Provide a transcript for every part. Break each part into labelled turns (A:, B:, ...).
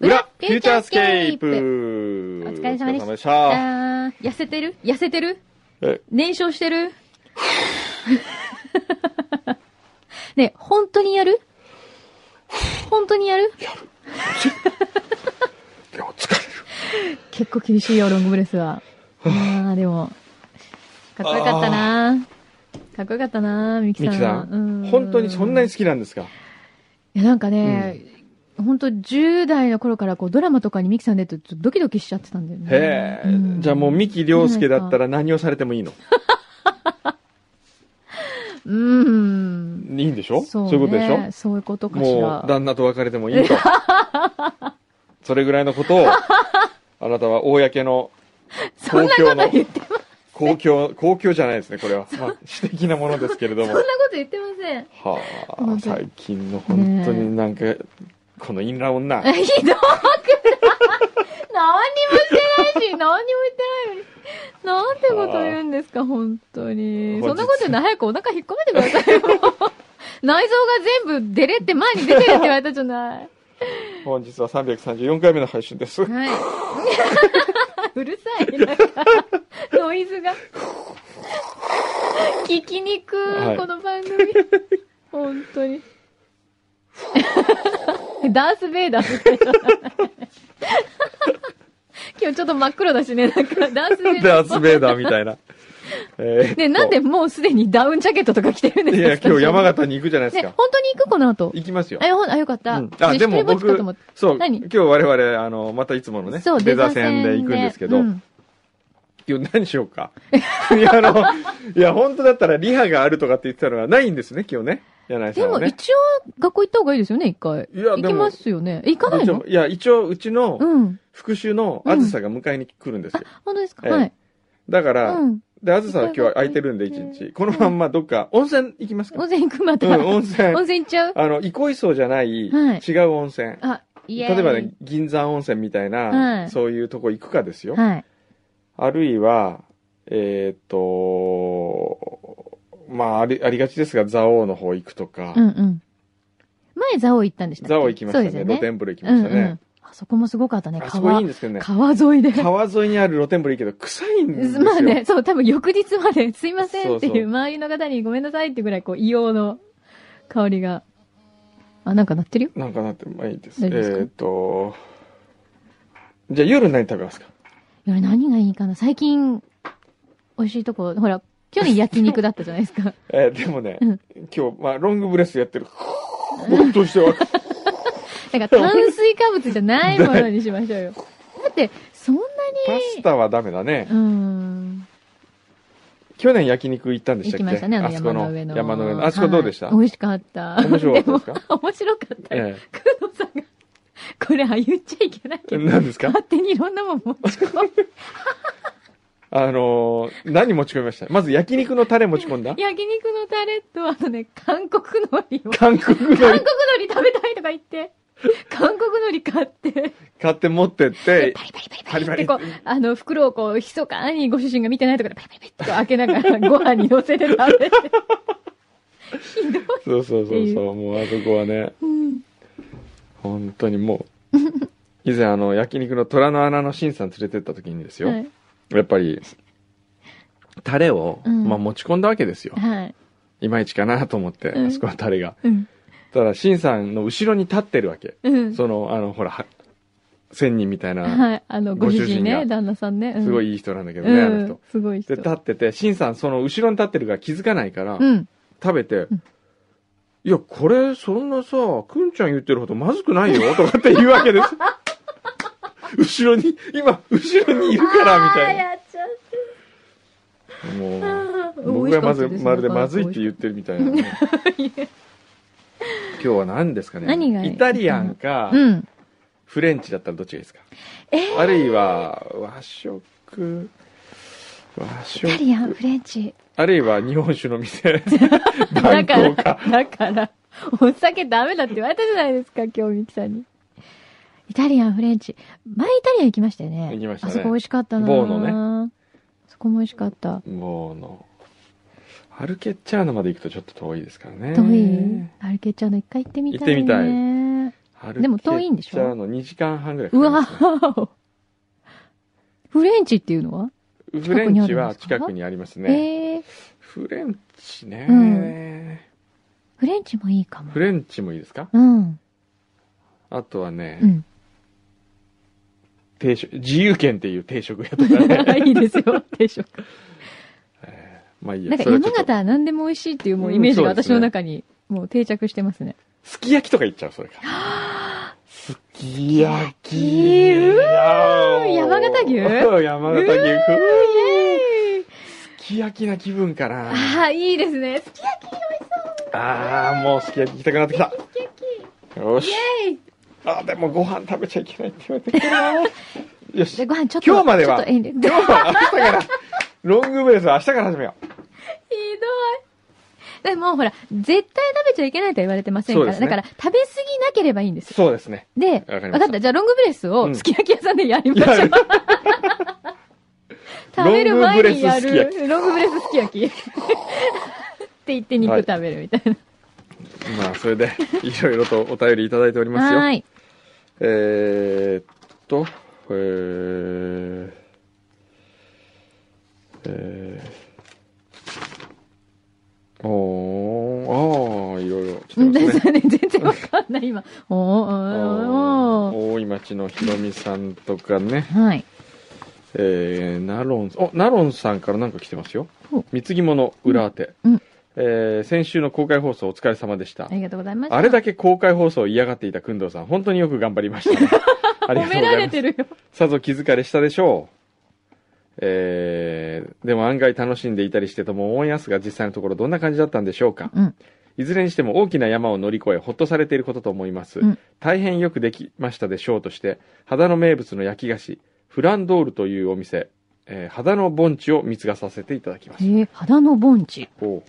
A: 裏フューチャースケープ
B: お疲れ様でした
A: お疲れした
B: あー痩せてる痩せてる
A: え
B: 燃焼してる ねえ本当にやる本当にやる
A: いや疲れる
B: 結構厳しいよ、ロングブレスは。まあ、でも、かっこよかったなかっこよかったなミキさん
A: ミ
B: は。
A: キさ
B: うん
A: 本当にそんなに好きなんですか
B: いや、なんかね、本当10代の頃からこうドラマとかにミキさん出てるとドキドキしちゃってたんだよね。
A: へえ
B: うん
A: じゃあもう三木亮介だったら何をされてもいいの
B: うん。
A: いいんでしょ
B: そう,、ね、
A: いうことでしょ
B: そういうことかし
A: も
B: ら
A: う。旦那と別れてもいいとそれぐらいのことをあなたは公の
B: そんなこと言って、
A: 公共公共じゃないですねこれは、まあ、私的なものですけれど
B: そ
A: も
B: んなこと言ってません。
A: は
B: 本当
A: あ
B: に
A: 最近の本当になんか、このインラ女
B: ひどくない何にもしてないし、何にも言ってないのに。なんてこと言うんですか、本当に。
A: 本日
B: そんなこと言うの早くお腹引っ込めてく ださいよ。内臓が全部出れって前に出てるって言われたじゃない。
A: 本日は334回目の配信です
B: はい。 うるさい、なんか、ノイズが。 聞きにくい、
A: はい
B: この番組。本当に。 ダース・ベイダーみたいじゃない今日ちょっと真っ黒だしね、なんか、ダース・ベイダ
A: ダ
B: ー。
A: ース・ベイダーみ たいな、えーっと
B: ね、なんでもうすでにダウンジャケットとか着てるんです
A: い
B: か
A: や
B: スタジオ
A: 今日山形に行くじゃないですか、
B: ね、本当に行くこの後。
A: 行きますよ
B: あ、よほんあよかった。
A: うんあ
B: ね
A: でも
B: 一人ぼっちかと思っ
A: 僕そう
B: 何
A: 今日我々あのまたいつものね
B: たそう、
A: デザ戦で行くんですけど、
B: デザ戦でうん
A: 今日何しようかいやあのいや本当だったらリハがあるとかって言ってたのがないんですね今日ね柳井さ
B: で
A: んは
B: も
A: ね
B: 一応学校行った方がいいですよね、一回。
A: いや
B: 行
A: でも
B: きますよね。え行かない
A: どっ
B: の
A: ちもいや一応うちの
B: うん。
A: 復習のあずさが迎えに来るんですよ、
B: 本当ですか、
A: ええ
B: はい。
A: だから、
B: うん。
A: で、あずさは今日は空いてるんで、一日。このまんまどっか、温泉行きますか
B: 温泉行くま
A: う
B: た。
A: ん、温泉
B: 温。泉行っちゃう
A: あの、憩いそうじゃない、違
B: はいう
A: 温泉。
B: あ、いや
A: 例えばね、銀山温泉みたい
B: は
A: な、
B: い
A: そういうとこ行くかですよ。
B: はい。
A: あるいは、えーっと、まあ、あり、ありがちですが、蔵王の方行くとか
B: う、んうん。前、蔵王行ったんでしたっけ
A: 蔵王行きました
B: そう
A: ね。
B: ですよ
A: 露天風呂行きました
B: うんう
A: ね
B: ん。。あそこもすごかったね。
A: あそこい
B: 川
A: いん。ですけどね。
B: 川沿いで。
A: 川沿いにある露天風呂いいけど、臭いんですよ。
B: まあね、そう、多分翌日まで、すいませんって
A: そうそ
B: いうう、周りの方にごめんなさいってぐらい、こう、硫黄の香りが。あ、なんか鳴ってるよ。
A: なんかなって、まあいいです。え
B: 大丈夫ですか
A: ーっと、じゃあ夜何食べますか
B: 夜何がいいかな最近、美味しいとこ、ほら、去年焼肉だったじゃないです か。
A: えーでもね、
B: うん
A: 今日、まあ、ロングブレスやってる。 僕としては。
B: なんか炭水化物じゃないものにしましょうよ。だって、そんな
A: パスタはダメだね
B: う。ーん。
A: 去年焼肉行ったんでし
B: 行
A: たっ
B: き
A: け
B: ましたね、あの
A: あそこ
B: 山の上の。
A: 山の上の。あそこどうでした、
B: はい美味しかった。
A: 面白かった ですか
B: も面白かったよ。
A: え
B: 工藤さんが、これは言っちゃいけない
A: え
B: けど、
A: 何ですか
B: 勝手にいろんなもん持ち 込む。
A: あのー何持ち込みましたまず焼肉のタレ持ち込んだ
B: 焼肉のタレと、あとね、韓国海苔を。
A: 韓国の
B: 韓国海苔食べたいとか言って、韓国海苔買って。
A: 買って持って って、
B: パリパリ
A: パ
B: パ
A: リ
B: リ
A: パ
B: パ
A: リ
B: リってこう、あの、袋をこう、ひそかにご主人が見てないところでパリパリってこう開けながらご飯に乗せて食べて。ひどい。
A: そうそうそう
B: ってい
A: そう、もうあそこはね、
B: うん。
A: 本当にもう、以前あの、焼肉の虎の穴のシンさん連れてった時にですよ、
B: はい。
A: やっぱり、タレを、
B: うん
A: まあ持ち込んだわけですよ。
B: はい。
A: いまいちかなと思って、
B: うん
A: あそこのタレが。
B: うん。
A: ただ、シンさんの後ろに立ってるわけ。
B: うん。
A: その、あの、ほら、は仙人みたいな、
B: はい。あの、ご主人
A: ご主人が
B: ね、旦那さんね。うん
A: すごいいい人なんだけど
B: う
A: ね、あの
B: ん
A: 人。。
B: すごい人
A: で、。立ってて、シンさんその後ろに立ってるから気づかないから、
B: うん。
A: 食べて
B: ん、
A: いや、これ、そんなさ、くんちゃん言ってるほどまずくないよ、とかって言うわけです。 後ろに、今、後ろにいるから、みたいな。
B: やっちゃった。
A: もう、
B: 僕
A: 僕がまず、まるでまずいって言ってるみたい なね、今日は何ですかね。
B: 何がいい
A: イタリアンか、
B: うん。
A: フレンチだったらどっちがいいですか、
B: え
A: あるいは和食和
B: イタ
A: 食
B: リアン、フレンチ。
A: あるいは日本酒の 店
B: だ
A: 番
B: から
A: 号、か
B: だから、お酒ダメだって言われたじゃないですか、今日、ミキさんに。イタリアン、フレンチ。前イタリアン行きましたよね。
A: 行きましたね
B: あそこ美味しかったな
A: ボー
B: ね。そこも美味しかった。
A: もうのハルケッチャーナまで行くとちょっと遠いですからね。
B: 遠いアルケッチャーの一回行ってみたい、ね。
A: 行って
B: いでも遠いんでしょ
A: ハルケッチャーナ2時間半ぐらいか
B: う
A: かり
B: わ
A: ますね
B: ーフレンチっていうのは、
A: フレンチは近くにありますね。
B: えー、
A: フレンチね、
B: フレンチもいいかも
A: フ。レンチもいいですか
B: うん。
A: あとはね、
B: うん。
A: 定食、自由券っていう定食屋 とかね。
B: いいですよ、定食。
A: まあいいや。
B: なんか
A: それはち
B: 山
A: ょっと
B: 形は何でも美味しいっていう
A: う
B: もうんイメージが
A: そうです
B: 私
A: ね
B: の中にもう定着してますね。
A: すき焼きとか行っちゃう、それから。すき焼き。
B: う
A: わお
B: 山形牛
A: 山形牛。
B: う
A: す
B: イエーイ
A: き焼きな気分かな。
B: ああ、いいですね。すき焼
A: あー、もうすき焼き行きたくなってきた。
B: き焼
A: よし。
B: き。イエーイ
A: あー、でもご飯食べちゃいけないって言われてくるな。よ
B: じゃあ
A: し。
B: ご飯ちょっと。
A: 今日までは
B: ちょっと遠慮ひどい。
A: 今日は明日から、ロングベースは明日から始めよう。
B: でもほら、絶対食べちゃいけないとは言われてません
A: そ
B: か
A: うで
B: ら、
A: すね
B: だから食べ過ぎなければいいんです。
A: そうですね。
B: で、
A: わかりました
B: わかった。じゃあロングブレス
A: う
B: を
A: ん
B: すき焼き屋さんでやりましょう。
A: やる
B: 食べる前にや
A: ロングブレスすき
B: る。ロングブレスすき焼き。って言って肉食べるみたいな。
A: まあ、それで、いろいろとお便りいただいておりますよ。
B: はい。
A: えー、っと、えー、えー、おー、あー、いろいろ来て
B: うん
A: ま
B: です
A: ね。
B: すよね。 全然わかんない、今。おーおーおー
A: 大井町のひろみさんとかね、
B: はい。
A: えー、ナロン、お、ナロンさんからなんか来てますよ
B: お。
A: 貢ぎ物裏当て。
B: うんうん
A: えー先週の公開放送お疲れ様でした
B: あ。りがとうございました。
A: あれだけ公開放送を嫌がっていた工藤さん、本当によく頑張りました ね。ありが
B: 褒
A: とうござ
B: め
A: います
B: られてるよ。
A: さぞ気疲れしたでしょう。えー、でも案外楽しんでいたりしてとも思いますが、実際のところどんな感じだったんでしょうか。
B: うん。
A: いずれにしても大きな山を乗り越え、ほっとされていることと思います。
B: うん
A: 大変よくできましたでしょうとして、肌の名物の焼き菓子、フランドールというお店、えー肌の盆地を貢がさせていただきま
B: え
A: し
B: ー、肌の盆地。
A: た。おう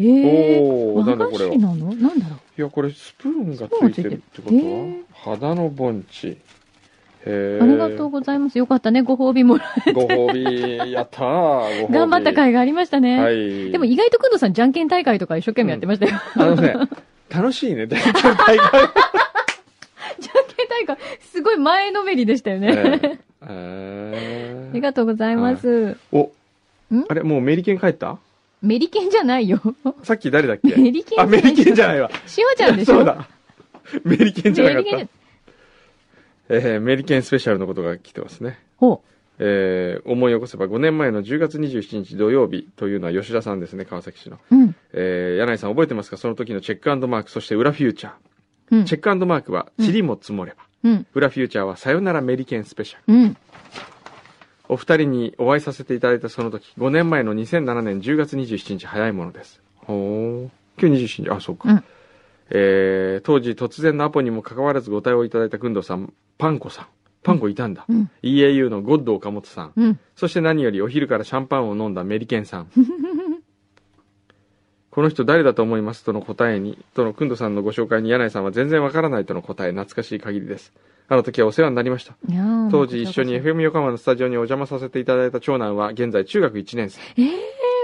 B: えー、
A: お
B: 和
A: ー、なんだこ
B: 菓
A: れは。
B: 子
A: い
B: なのなんだろう。
A: や、これスプーンがついてるってこと
B: スプーンついてる
A: は、
B: へ
A: 肌の盆地。へー
B: ありがとうございます。よかったね。ご褒美もら
A: ご褒美、やったー。ご褒美
B: 頑張った甲斐がありましたね。
A: はい。
B: でも意外と工藤さん、じゃんけん大会とか一生懸命やってましたよ。
A: あのね、楽しいね、大体大会。
B: じゃんけん大会、すごい前のめりでしたよね。あり
A: えー
B: がとうございます。
A: お
B: ん、
A: あれ、もうメリケン帰った
B: メリケンじゃないよ。
A: さっき誰だっけ
B: メリケンじゃ
A: あ、
B: ない
A: メリケンじゃないわ。
B: しおちゃんでしょ
A: そうだ。メリケンじゃなか
B: メ
A: っ
B: リケンじ
A: た
B: ゃ。
A: えーメリケンスペシャルのことが来てますね。
B: ほ
A: えー思い起こせば5年前の10月27日土曜日というのは吉田さんですね、川崎市の。
B: う。うん。
A: えー柳井さん覚えてますかその時のチェックマーク、そして裏フューチャー。
B: うん
A: チ。ェックマークは、塵も積もれば。
B: うん。
A: 裏フューチャーは、さよならメリケンスペシャル。
B: うん。
A: お二人にお会いさせていただいたその時、5年前の2007年10月27日、早いものです。ほう。今日27日、あ、そうか。
B: うん
A: えー、当時突然のアポにもかかわらずご対応いただいた工藤さん、パンコさん。パンコいたんだ。
B: うん
A: EAU のゴッド岡本さん。
B: うん。
A: そして何よりお昼からシャンパンを飲んだメリケン さん。この人誰だと思いますとの答えに、との工藤さんのご紹介に柳井さんは全然わからないとの答え、懐かしい限りです。あの時はお世話になりました。
B: いやー
A: 当時一緒に
B: え
A: FM 横浜のスタジオにお邪魔させていただいた長男は現在中学1年生。
B: ー、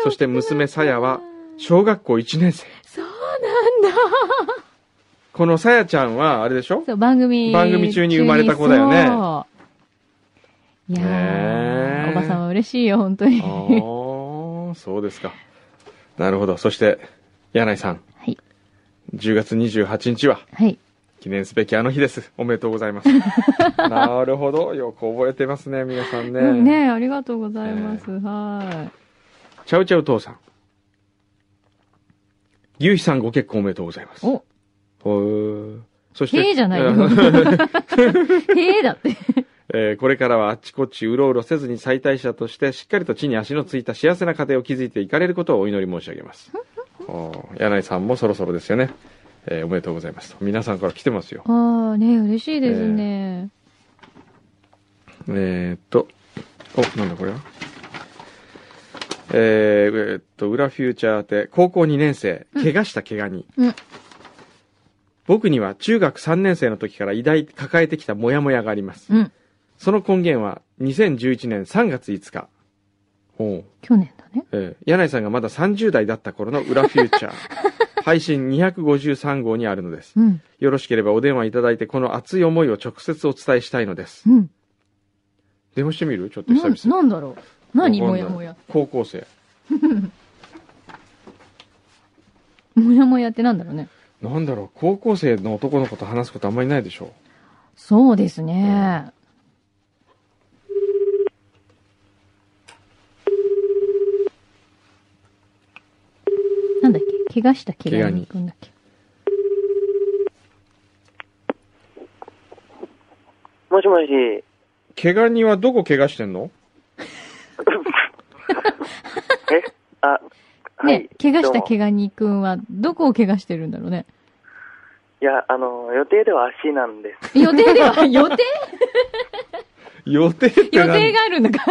A: そして娘さやは小学校1年生。
B: そうなんだ。
A: このさやちゃんはあれでしょ
B: そう、番組。
A: 番組中に生まれた子だよね
B: そういや
A: ね
B: ー、
A: え
B: おばさんは嬉しいよ、本当に。
A: ああ、そうですか。なるほど。そして、柳井さん。
B: はい。
A: 10月28日は
B: はい。
A: 記念すべきあの日です。おめでとうござい ます。なるほど。よく覚えてますね、皆さんね。
B: うんねえありがとうございます。は
A: ちゃうちゃう父さん。牛飛さんご結婚おめでとうございます。
B: い。お、
A: ほーそして。
B: へえじゃないよ。へえだって。
A: えーこれからはあっちこっちうろうろせずに再退者としてしっかりと地に足のついた幸せな家庭を築いていかれることをお祈り申し上げ ます。おー柳井さんもそろそろですよね。えーおめでとうございますと。皆さんから来てますよ。
B: ああ、ね嬉しいですね。
A: えーっと、お、なんだこれはえーえーっと、裏フューチャーって、高校2年生、怪我した怪我に。
B: うん
A: 僕には中学3年生の時から偉大抱えてきたモヤモヤがあります。
B: うん。
A: その根源は2011年3月5日、おう
B: 去年だね。
A: えー柳井さんがまだ30代だった頃の裏フューチャ ー。配信253号にあるのです。
B: うん。
A: よろしければお電話いただいて、この熱い思いを直接お伝えしたいのです。
B: うん。
A: 電話してみるちょっと久
B: な
A: 々。
B: なんだろう。何
A: わか
B: も
A: んない
B: やもや。
A: 高校生。
B: もやもやってなんだろうね。
A: なんだろう、高校生の男の子と話すことあんまりないでしょ
B: そうですね。なんだっけ怪我した怪我に行くんだっけ
C: もしも し。
A: 怪我人はどこ怪我してんの
C: えあ、はい。
B: ね、怪我し
C: どう
B: た
C: も
B: 怪我にくんは、どこを怪我してるんだろうね。
C: いや、あの、予定では足なんです。
B: 予定で は、予定
A: 予定って
B: 予
A: 何
B: 定があるのか。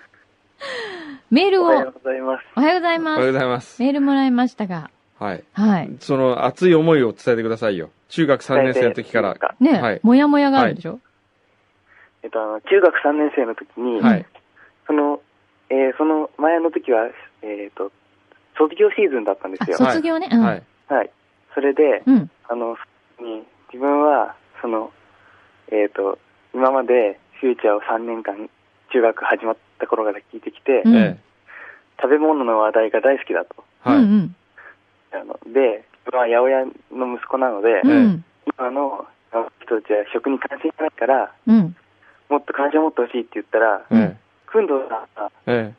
B: メール
C: お
B: を、お
C: はよ
B: は
C: うございます。
B: ようござい
A: お
B: ま
A: はよう
B: す。
A: ございます。
B: メールもらいましたが、
A: はい。
B: はい。
A: その熱い思いを伝えてくださいよ。中学3年生の時から。
B: ね、
A: はい
B: もやもやがあるでしょ、
C: えっと、あの、中学3年生の時に、
A: はい。
C: その、えーその前の時は、えっ、と、卒業シーズンだったんですよ。
B: あ、卒業ね。うん。
A: はい。
C: はい。それで、
B: うん。
C: あの、に自分は、その、えっ、と、今までフューチャーを3年間、中学始まった頃から聞いてきて、
B: うん
A: ええ。
C: 食べ物の話題が大好きだと。
A: はい。
B: うんうん。
C: あので、自分は八百屋の息子なので、
A: ええ
B: うん。
C: 今のあの人たちは食に関心がないから、
B: うん。
C: もっと関心を持ってほしいって言ったら、
A: ええ。
C: くんどうさんが、
A: え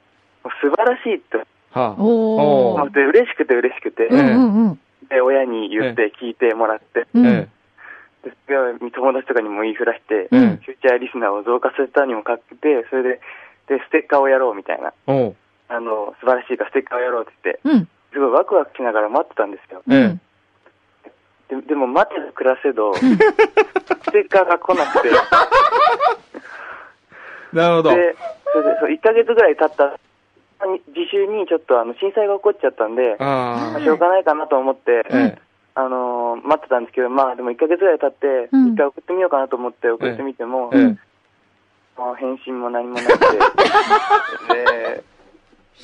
C: もう素晴らしいって
A: え。はあ。
B: お
A: お
B: ー
A: ー。
C: で嬉しくて嬉しくて、
B: うんうんうん。
C: で親に言って聞いてもらって、
B: うん。
A: え
C: でそれを友達とかにも言いふらして、
A: え。ええ。
C: フューチャーリスナーを増加させたにもかけて、それで、で、ステッカーをやろうみたいな。
A: おう。
C: あの、素晴らしいからステッカーをやろうって言って、
B: うん。
C: すごいワクワクしながら待ってたんですよ。
A: ええ。
C: ででも待てど暮ら せど、ステッカーが来なくて、で、
A: なるほ
C: そ
A: ど。
C: れで、そう1ヶ月ぐらい経った、自習にちょっとあの震災が起こっちゃったんで、
A: あ
C: まあ
A: あ。
C: しょうがないかなと思って、
A: ええ。
C: あのー待ってたんですけど、まあでも1ヶ月ぐらい経って、
B: うん
C: 一回送ってみようかなと思って送ってみても、
A: ええ。
C: もう返信も何もなくて、で、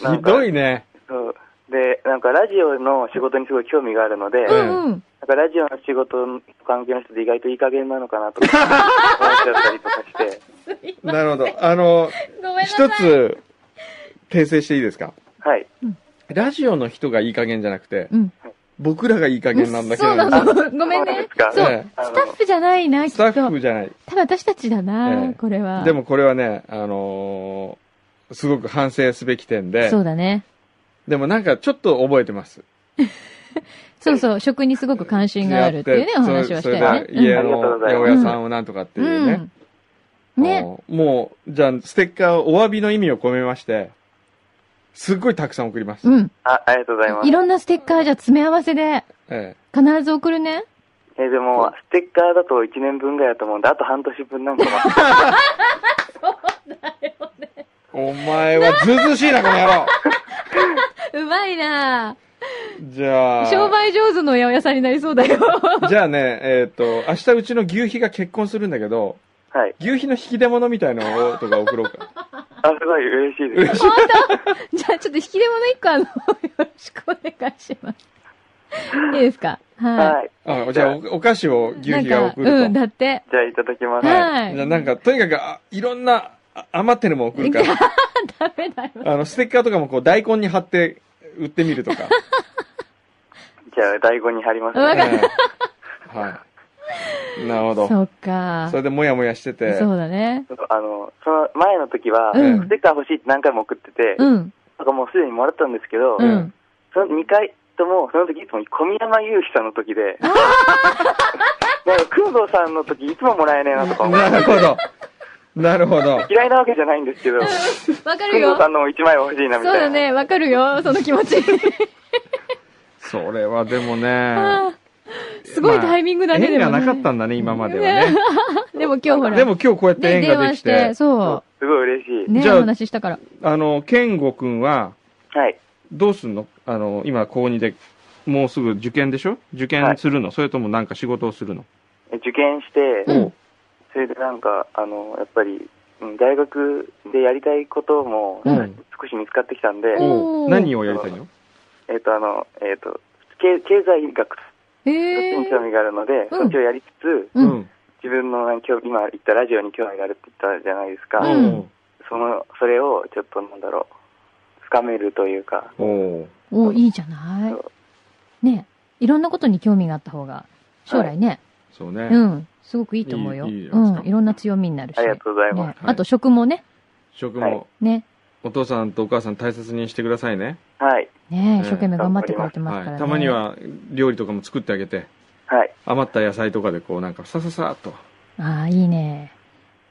C: な
A: ひ
C: んか
A: どいね。
C: そう。で、なんかラジオの仕事にすごい興味があるので、
A: ええ
B: うんうん。
C: なんかラジオの仕事の関係の人で意外といい加減なのかなとか思っちゃったりとかして、
A: なるほど。あの、
B: ごめんなさい。
A: 一つ、訂正していいですか
C: はい。
A: ラジオの人がいい加減じゃなくて、
B: うん。
A: 僕らがいい加減なんだけ
B: そう
A: ど、
B: なの。ごめんね。
C: そうなんです
B: そ
C: か
B: う
A: え。
C: あ
B: ス
C: の
B: タッフじゃないな、
A: え
B: きっ
A: スタ
B: と。
A: ッ
B: 多
A: フ
B: 分
A: じゃない。
B: 私たちだ
A: ええ
B: な、これは。
A: でもこれはね、あのーすごく反省すべき点で
B: そ、うだね。
A: でもなんかちょっと覚えてます。
B: そうそう、食にすごく関心があるっていうね、お話はしたよね
A: それ。それで家
C: ありがと
A: の
C: うご
A: 八
C: ざいま
A: 百
C: す
A: 屋さんをなんとかっていうね。
B: うん。ね。
A: あのもう、じゃあ、ステッカーをお詫びの意味を込めまして、すっごいたくさん送ります。
B: うん。
C: あありがとうございます
B: い。ろんなステッカーじゃ詰め合わせで
A: え
B: 必ず送るね。
C: えでも、ステッカーだと1年分ぐらいだと思うんで、あと半年分な んかは
A: えお前はずうずうしいな、この野 郎
B: うまいな
A: じゃあ、
B: 商売上手の八百屋さんになりそうだよ。
A: じゃあね、えっ、と、明日うちの牛皮が結婚するんだけど、
C: はい。
A: 牛皮の引き出物みたいのをとか送ろうか。
C: あ、すごい嬉しいです。
B: じゃあちょっと引き出物一個あの、よろしくお願いします。いいですかは
C: はい。
A: あじゃあお、お菓子を
B: い。
A: 牛
B: なん
A: 皮が
B: か、
A: 送ると。
B: うん、だって。
C: じゃあ、いただきます。
B: は
A: じゃあ
B: い。
A: なんか、とにかく、あいろんな、あ余ってるもん送るから。
B: ダメだよ。
A: あの、ステッカーとかもこう、大根に貼って、売ってみるとか。
C: じゃあ、第5に貼ります、
B: わ
C: ね。
B: かる
A: うんはい。なるほど。そ
B: そっか。
A: れでもやもやしてて。
B: そうだね。
C: あの、その前の時は、
B: うん
C: ステッカー欲しいって何回も送ってて、
B: うん。
C: なんかもうすでにもらったんですけど、
B: うん。
C: その2回とも、その時いつも小宮山雄飛さんの 時で、なんか、工藤さんの時いつももらえねえなとか思う
A: なるほど。なるほど。
C: 嫌いなわけじゃないんですけど、工
B: わかる
C: 藤
B: よ。
C: さんのも1枚は欲しいな
B: そう
C: みたいな。
B: だね。わかるよ。その気持ち。
A: それはでもね。
B: あー すごいタイミングだね、
A: 縁
B: で
A: が
B: もね
A: なかったんだね、今まではね。
B: でも今日ほら。
A: でも今日こうやって
B: ね、
A: 縁
B: 電
A: がで
B: 話
A: き
B: して、
A: て、
B: そ
C: すごい嬉し
B: う。
C: い。
B: ね、
A: じゃあ
B: お話ししたから。
A: あの、健吾くんは、
C: はい。
A: どうすんのあの、今、高2で、もうすぐ受験でしょ受験するの、それともなんか仕事をするの
C: 受験して、
B: うん
C: それでなんか、あの、やっぱり、うん大学でやりたいことも
A: うん
C: 少し見つかってきたんで、
A: お
B: お
A: う
B: ー
A: 何をやりたいの
C: えっ、と、あの、えっ、と、経経済学
B: え
C: に興味があるので、
B: うん
C: そっちをやりつつ、
B: うん
C: 自分のなんか興味今言ったラジオに興味があるって言ったじゃないですか、
A: お
B: うん
A: う
C: そのそれをちょっとなんだろう深めるというか
A: おう
B: おおいいじゃない
C: そ。
B: ねいろんなことに興味があった方が、将来ね、
A: そうね。
B: うん、すごくいいと思うよ。
A: いいいいじゃないですか
B: うん、いろんな強みになるし。
C: ありがとうございま
B: ね、
C: す、
B: あと食もね、
A: 食
C: は
A: も
C: い、
B: ね、
A: お父さんとお母さん大切にしてくださいね。
C: はい
B: ね、
A: うん
B: 一生懸命頑張ってくれてますから
A: は
B: ね。
A: い。たまに。は料理とかも作ってあげて、
C: はい
A: 余った野菜とかでこうなんかさささっと。
B: ああ、いいね。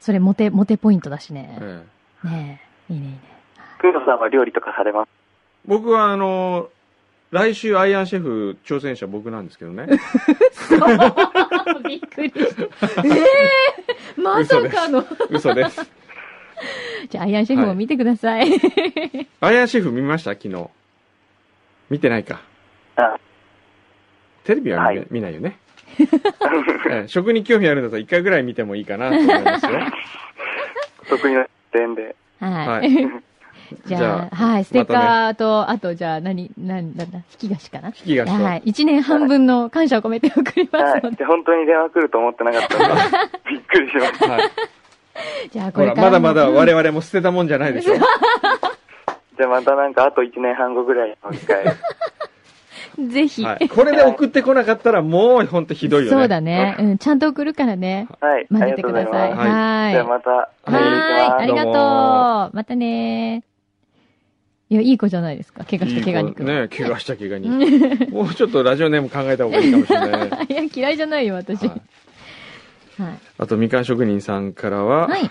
B: それ、モテ、モテポイントだしね。
A: ええ
B: ねいいね、いいね。
C: 工藤さんは料理とかされます
A: 僕はあの、来週アイアンシェフ挑戦者僕なんですけど ね。
B: びっくりした。 ええまさかの。
A: 嘘です。
B: じゃあ、アイアンシェフも見てください。
A: アイアンシェフ見ました昨日。見てないか。
C: あ
A: テレビは見,、
C: はい
A: 見ないよね、ええ食に興味あるんだったら一回ぐらい見てもいいかなと思いますよ。
C: 得意な点で
A: は
B: はいい。 じゃあ、はい、ステッカーと、あと、じゃあ、何、何、なんだ、引き菓子かな
A: 引きがし
B: はい。一年半分の感謝を込めて送りま
C: は
B: すの
C: い
B: で。
C: で本当に電話来ると思ってなかった のでびっくりしました
A: はい。
B: じゃあ、こ
A: ほ
B: れ
A: ら、
B: から
A: まだ
B: も。
A: まだ
B: うん
A: 我々も捨てたもんじゃないでしょ。
C: じゃあまたなんかあと1年半後ぐらいの機 会
B: ぜひ。
A: はい、これで送ってこなかったらもう本当ひどいよね。
B: そうだね。うん、ちゃんと送るからね。
C: はいあ
B: 混
C: り
B: ぜて
C: がとう
B: く
C: ござ
B: ださ
C: い
B: い。
C: ます、
A: は
B: はい。
C: じゃあまた
A: は
C: メール
B: はーい。あ
C: し
B: り
A: ど
B: がとう
A: うも。
B: またねいや、いい子じゃないですか。怪我した怪我
A: いい子
B: 肉。
A: ね、怪我した怪我 に。もうちょっとラジオネーム考えた方がいいかもしれないね。
B: いや、嫌いじゃないよ、 私。
A: は
B: は
A: い。
B: い
A: あと、みかん職人さんからは、
B: はい。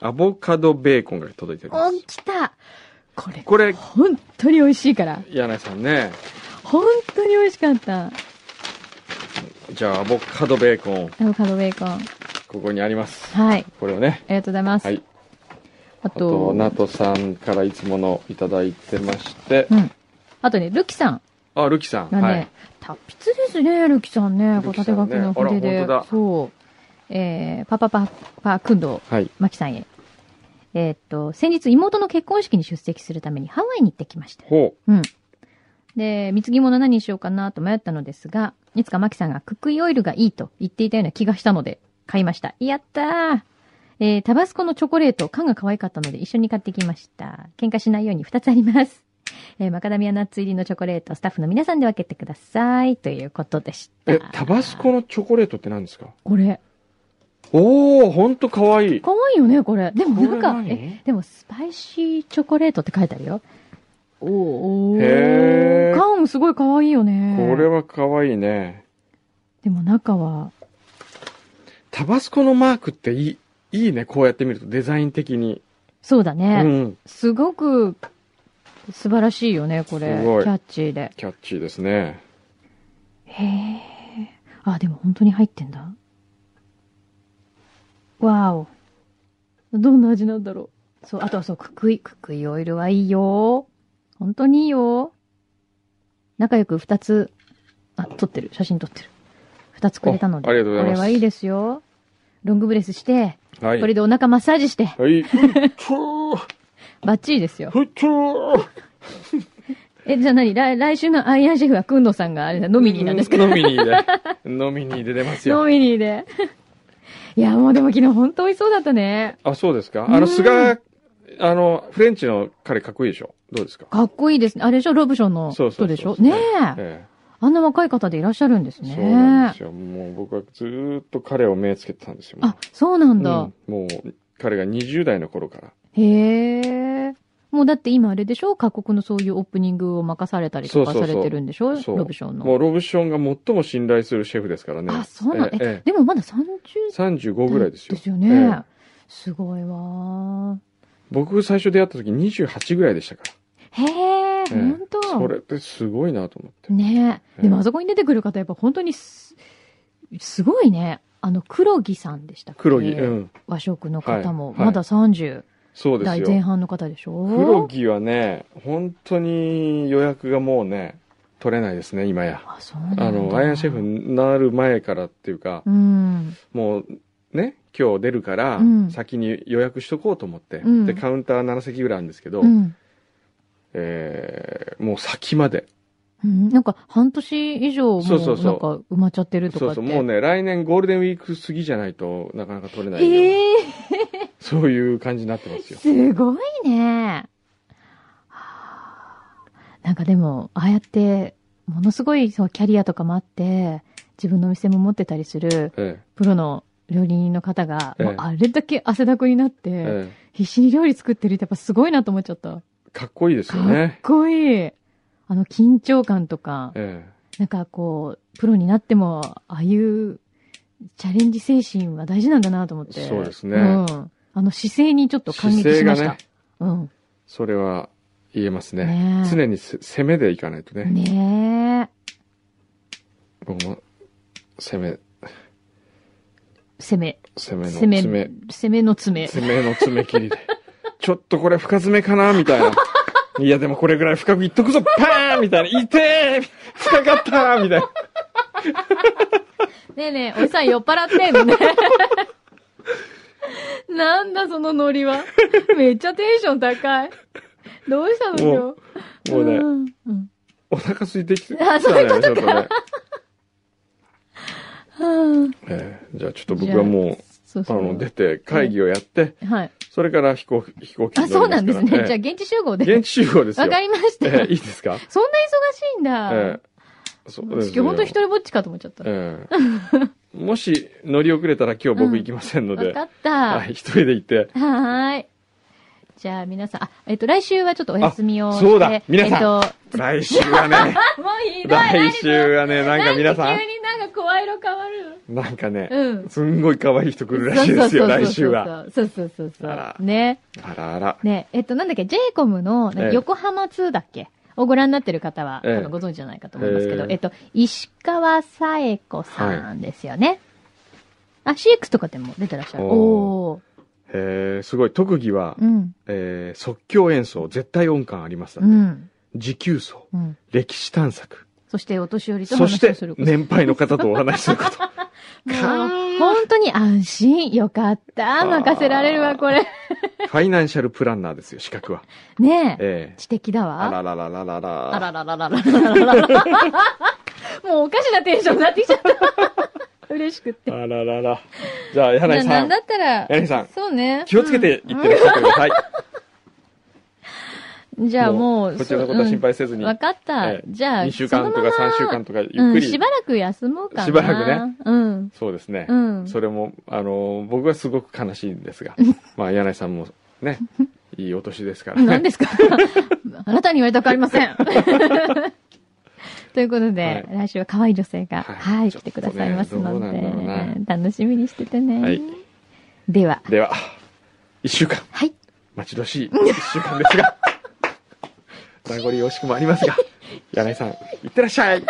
A: アボカドベーコンが届いておりま
B: お、
A: す。
B: 来たこれ、
A: これ、
B: 本当に美味しいから。
A: 柳井さんね、
B: 本当に美味しかった。
A: じゃあアボカドベーコン、
B: アボカドベーコン。
A: ここにあります。
B: はい。
A: これをね。
B: ありがとうございます。
A: はい。
B: あ
A: あと、
B: と、
A: ナトさんからいつものいただいてまして
B: う、ん。あとね、ルキさん
A: あ、ルキさん。
B: がね、
A: はい。
B: 達筆ですね、ルキさんね。こ
A: ル
B: う
A: キさ
B: 縦
A: んね
B: 書きの筆
A: あら本
B: で
A: 当だ。
B: そう。えー、パパパパくんど
A: はい。
B: マキさんへ。えーっと、先日妹の結婚式に出席するためにハワイに行ってきました。
A: ほ
B: うん。で、貢ぎ物何にしようかなと迷ったのですが、いつかマキさんがクックイオイルがいいと言っていたような気がしたので、買いました。やったーえー、タバスコのチョコレート、缶が可愛かったので一緒に買ってきました。喧嘩しないように2つあります。えー、マカダミアナッツ入りのチョコレート、スタッフの皆さんで分けてください。ということでし
A: う。
B: た。
A: え、タバスコのチョコレートって何ですか
B: これ、
A: おー、ほんとかわいい。
B: 可愛いよね、これ。でもなん
A: こ
B: か、
A: れ何
B: え、でもスパイシーチョコレートって書いてあるよ。おーお
A: へー
B: ー。缶もすごい可愛いよね。
A: これはかわいいね。
B: でも中は、
A: タバスコのマークっていい、いいね。こうやって見るとデザイン的に。
B: そうだ
A: う
B: ね。
A: ん。
B: すごく素晴らしいよね、これ。
A: すごい
B: キャッチーで。
A: キャッチーですね。
B: へえ。あ、でも本当に入ってんだ。わお。どんな味なんだろう。そう、あとはそう、ククイ、ククイオイルはいいよ。本当にいいよ。仲良く二つ、あ、撮ってる。写真撮ってる。二つくれたので。
A: おありがとうございます
B: これはいいですよ。ロングブレスして、
A: はい。
B: これでお腹マッサージして、
A: はい。ふっとー
B: バッチリですよ。
A: ふっとー
B: え、じゃあ何来来週のアイアンシェフはくんどさんがあれだ、ノミニーなんですけど。
A: ノミニーで。ノミニーで出ます
B: ノ
A: よ。
B: ミニーで。いや、もうでも昨日本当美味しそうだったね。
A: あ、そうですか
B: う
A: あの、
B: ん
A: 菅、あの、フレンチの彼かっこいいでしょどうですか
B: かっこいいですね。あれでしょロブションの
A: そうそ
B: 人
A: うそう
B: でしょねえ。
A: え
B: あんな若い方でいらっしゃるんです
A: え。そうなん
B: ね
A: です。よ。もう僕はずーっと彼を目つけてたんですよ。
B: あ、そうなんだ。
A: うんもう、彼が20代の頃から。
B: へえ。もうだって今あれでしょ各国のそういうオープニングを任されたりとか
A: そうそ
B: さ
A: うそう
B: れてるんでしょ
A: そう
B: ロブション
A: もう
B: の。
A: ロブションが最も信頼するシェフですからね。
B: あ、そうなん
A: えええ、
B: えでもまだ30
A: え35
B: 代
A: ぐらいですよ
B: で。すよね。
A: ええ
B: すごいわー。
A: 僕最初出会った時28ぐらいでしたか
B: へえ、ほんと。
A: ら。それってすごいなと思って。
B: ね
A: え
B: え。でもあそこに出てくる方、やっぱ本当にす、すごいね。あの、黒木さんでしたっけ
A: 黒木、うん。
B: 和食の方も、
A: はいはい
B: まだ30
A: そうです
B: 代前
A: よ。
B: 半の方でしょ
A: 黒木はね、本当に予約がもうね、取れないですね、今や。
B: あ、そうなんだ。
A: あの、アイアンシェフになる前からっていうか、
B: うん。
A: もう、ね、今日出るから
B: うん、
A: 先に予約しとこうと思って、
B: うん
A: で、カウンター7席ぐらいあるんですけど、
B: うん。
A: えーもう先まで。
B: うんなんか、半年以上、もう、
A: そうそうそう
B: なんか、埋まっちゃってるとか
A: そう
B: って。
A: そう、もうね、来年ゴールデンウィーク過ぎじゃないとなかなか取れないような、
B: ええ
A: そういう感じになってますよ。
B: すごいね。なんかでも、ああやって、ものすごいそうキャリアとかもあって、自分のお店も持ってたりする
A: え
B: プロの料理人の方が、
A: ええ
B: もうあれだけ汗だくになって、
A: ええ
B: 必死に料理作ってるってやっぱすごいなと思っちゃった。
A: えかっこいいですよ
B: かっ
A: ね。
B: こいい。あの緊張感とか、
A: え
B: なんかこう、プロになっても、ああいうチャレンジ精神は大事なんだなと思って。
A: そうですね
B: うん。あの姿勢にちょっ
A: え
B: と感
A: 姿
B: 激
A: 勢
B: し
A: が
B: ました。
A: ね、
B: うん。
A: それは言えますね。
B: ねえ
A: 常にせ攻めでいかないとね。
B: ね
A: 僕も攻め、
B: え。攻め、
A: 攻めの
B: 攻め、
A: 爪、
B: 攻めの爪。
A: 攻めの爪切りで。 ちょっとこれ深爪かなみ たいな。いやでもこれぐらい深くいっとくぞパーンみたいな。痛え深かったみたいな。
B: ねえねえ、おじさん酔っ払ってんのね。 なんだそのノリは。めっちゃテンション高い。どうしたの
A: も
B: よ。
A: もうね、
B: んうん
A: お腹空いてきてき
B: あ
A: た
B: そうい
A: ね、ちょっとね。
B: はあ
A: ええじゃあちょっと僕はも
B: そ
A: う、
B: う
A: あ
B: そう。
A: の、出て会議をやって、
B: はい。
A: それから飛行機、飛行機
B: あ、
A: に乗
B: そう
A: りま
B: な
A: す
B: ん
A: から
B: ですね。じゃあ
A: え
B: 現地集合
A: え
B: で。
A: 現地集合ですよ。
B: わかりました。
A: ええいいですか
B: そんな忙しいんだ。
A: ええそうですよ
B: 私、ほんと一人ぼっちかと思っちゃった。
A: ええもし乗り遅れたら今日僕行きませんので、
B: わかった。
A: はい、一人で行って、
B: はーい。じゃあ皆さん、あ、えっ、と、来週はちょっとお休みをして。
A: そうだ皆さん
B: えっ、と、
A: 来週はね、
B: もう ひどい。
A: 来週はね、なんか皆さ
B: 急
A: ん、
B: になんか声色変わる。
A: なんかね、
B: うん。
A: すんごい可愛い人来るらしいですよ、来週は。。
B: そうそうそうそ
A: あら
B: う。ね。
A: あらあら。
B: ね。えっと、なんだっけ、j イコムのなん
A: え
B: か
A: え
B: 横浜2だっけ、をご覧になってる方は、
A: ええ
B: 多分ご存知じゃないかと思いますけど、
A: え
B: え
A: え
B: っと、石川さえ子さんですよね。あ、CX とかでも出てらっしゃる。
A: お
B: おー。
A: えー、すごい、特技は、
B: うん。
A: えー即興演奏、絶対音感ありますだっ
B: う
A: て、
B: ん。
A: 持久走、
B: うん。
A: 歴史探索、
B: そして、お年寄りと
A: そし
B: 話
A: て
B: をする、こと。
A: 年配の方とお話しすること。
B: もう
A: かー
B: 本当に安心。よかった。任せられるわ、これ。
A: ファイナンシャルプランナーですよ、資格は。
B: ねえ。
A: ええ
B: 知的だわ。
A: あらららららら。
B: あららららららららら。 もうおかしなテンションになってきちゃった。 嬉しくって。
A: あららら。じゃあ、柳井
B: な
A: さ
B: なん
A: ん
B: だ、ったら、
A: 柳井さん
B: そうね。
A: 気をつけていってらっしゃってください。
B: うんじゃあもう、
A: こちらのことは心配せず
B: う
A: に、
B: んわかった
A: え。え
B: じゃあ、
A: 2週間とか3週間と
B: と
A: かゆっくり。
B: しばらく休もうかな。
A: しばら
B: くね。うん。
A: そうですね。
B: うん。
A: それも、あの、僕はすごく悲しいんですが、まあ、柳井さんも ね、いいお年ですからね。
B: 何 ですかあなたに言われたくありません。ということで、来週は可愛い女性が、
A: はい
B: はい、
A: ちょ
B: 来
A: っと
B: て
A: ね
B: くださいます
A: どう
B: の
A: なん
B: で
A: だろうな、
B: 楽しみにしててね。
A: はい
B: では、
A: では、1週間、
B: はい。
A: 待ち遠しい1週 間ですが、名残惜しくもありますが、柳井さん、いってらっしゃい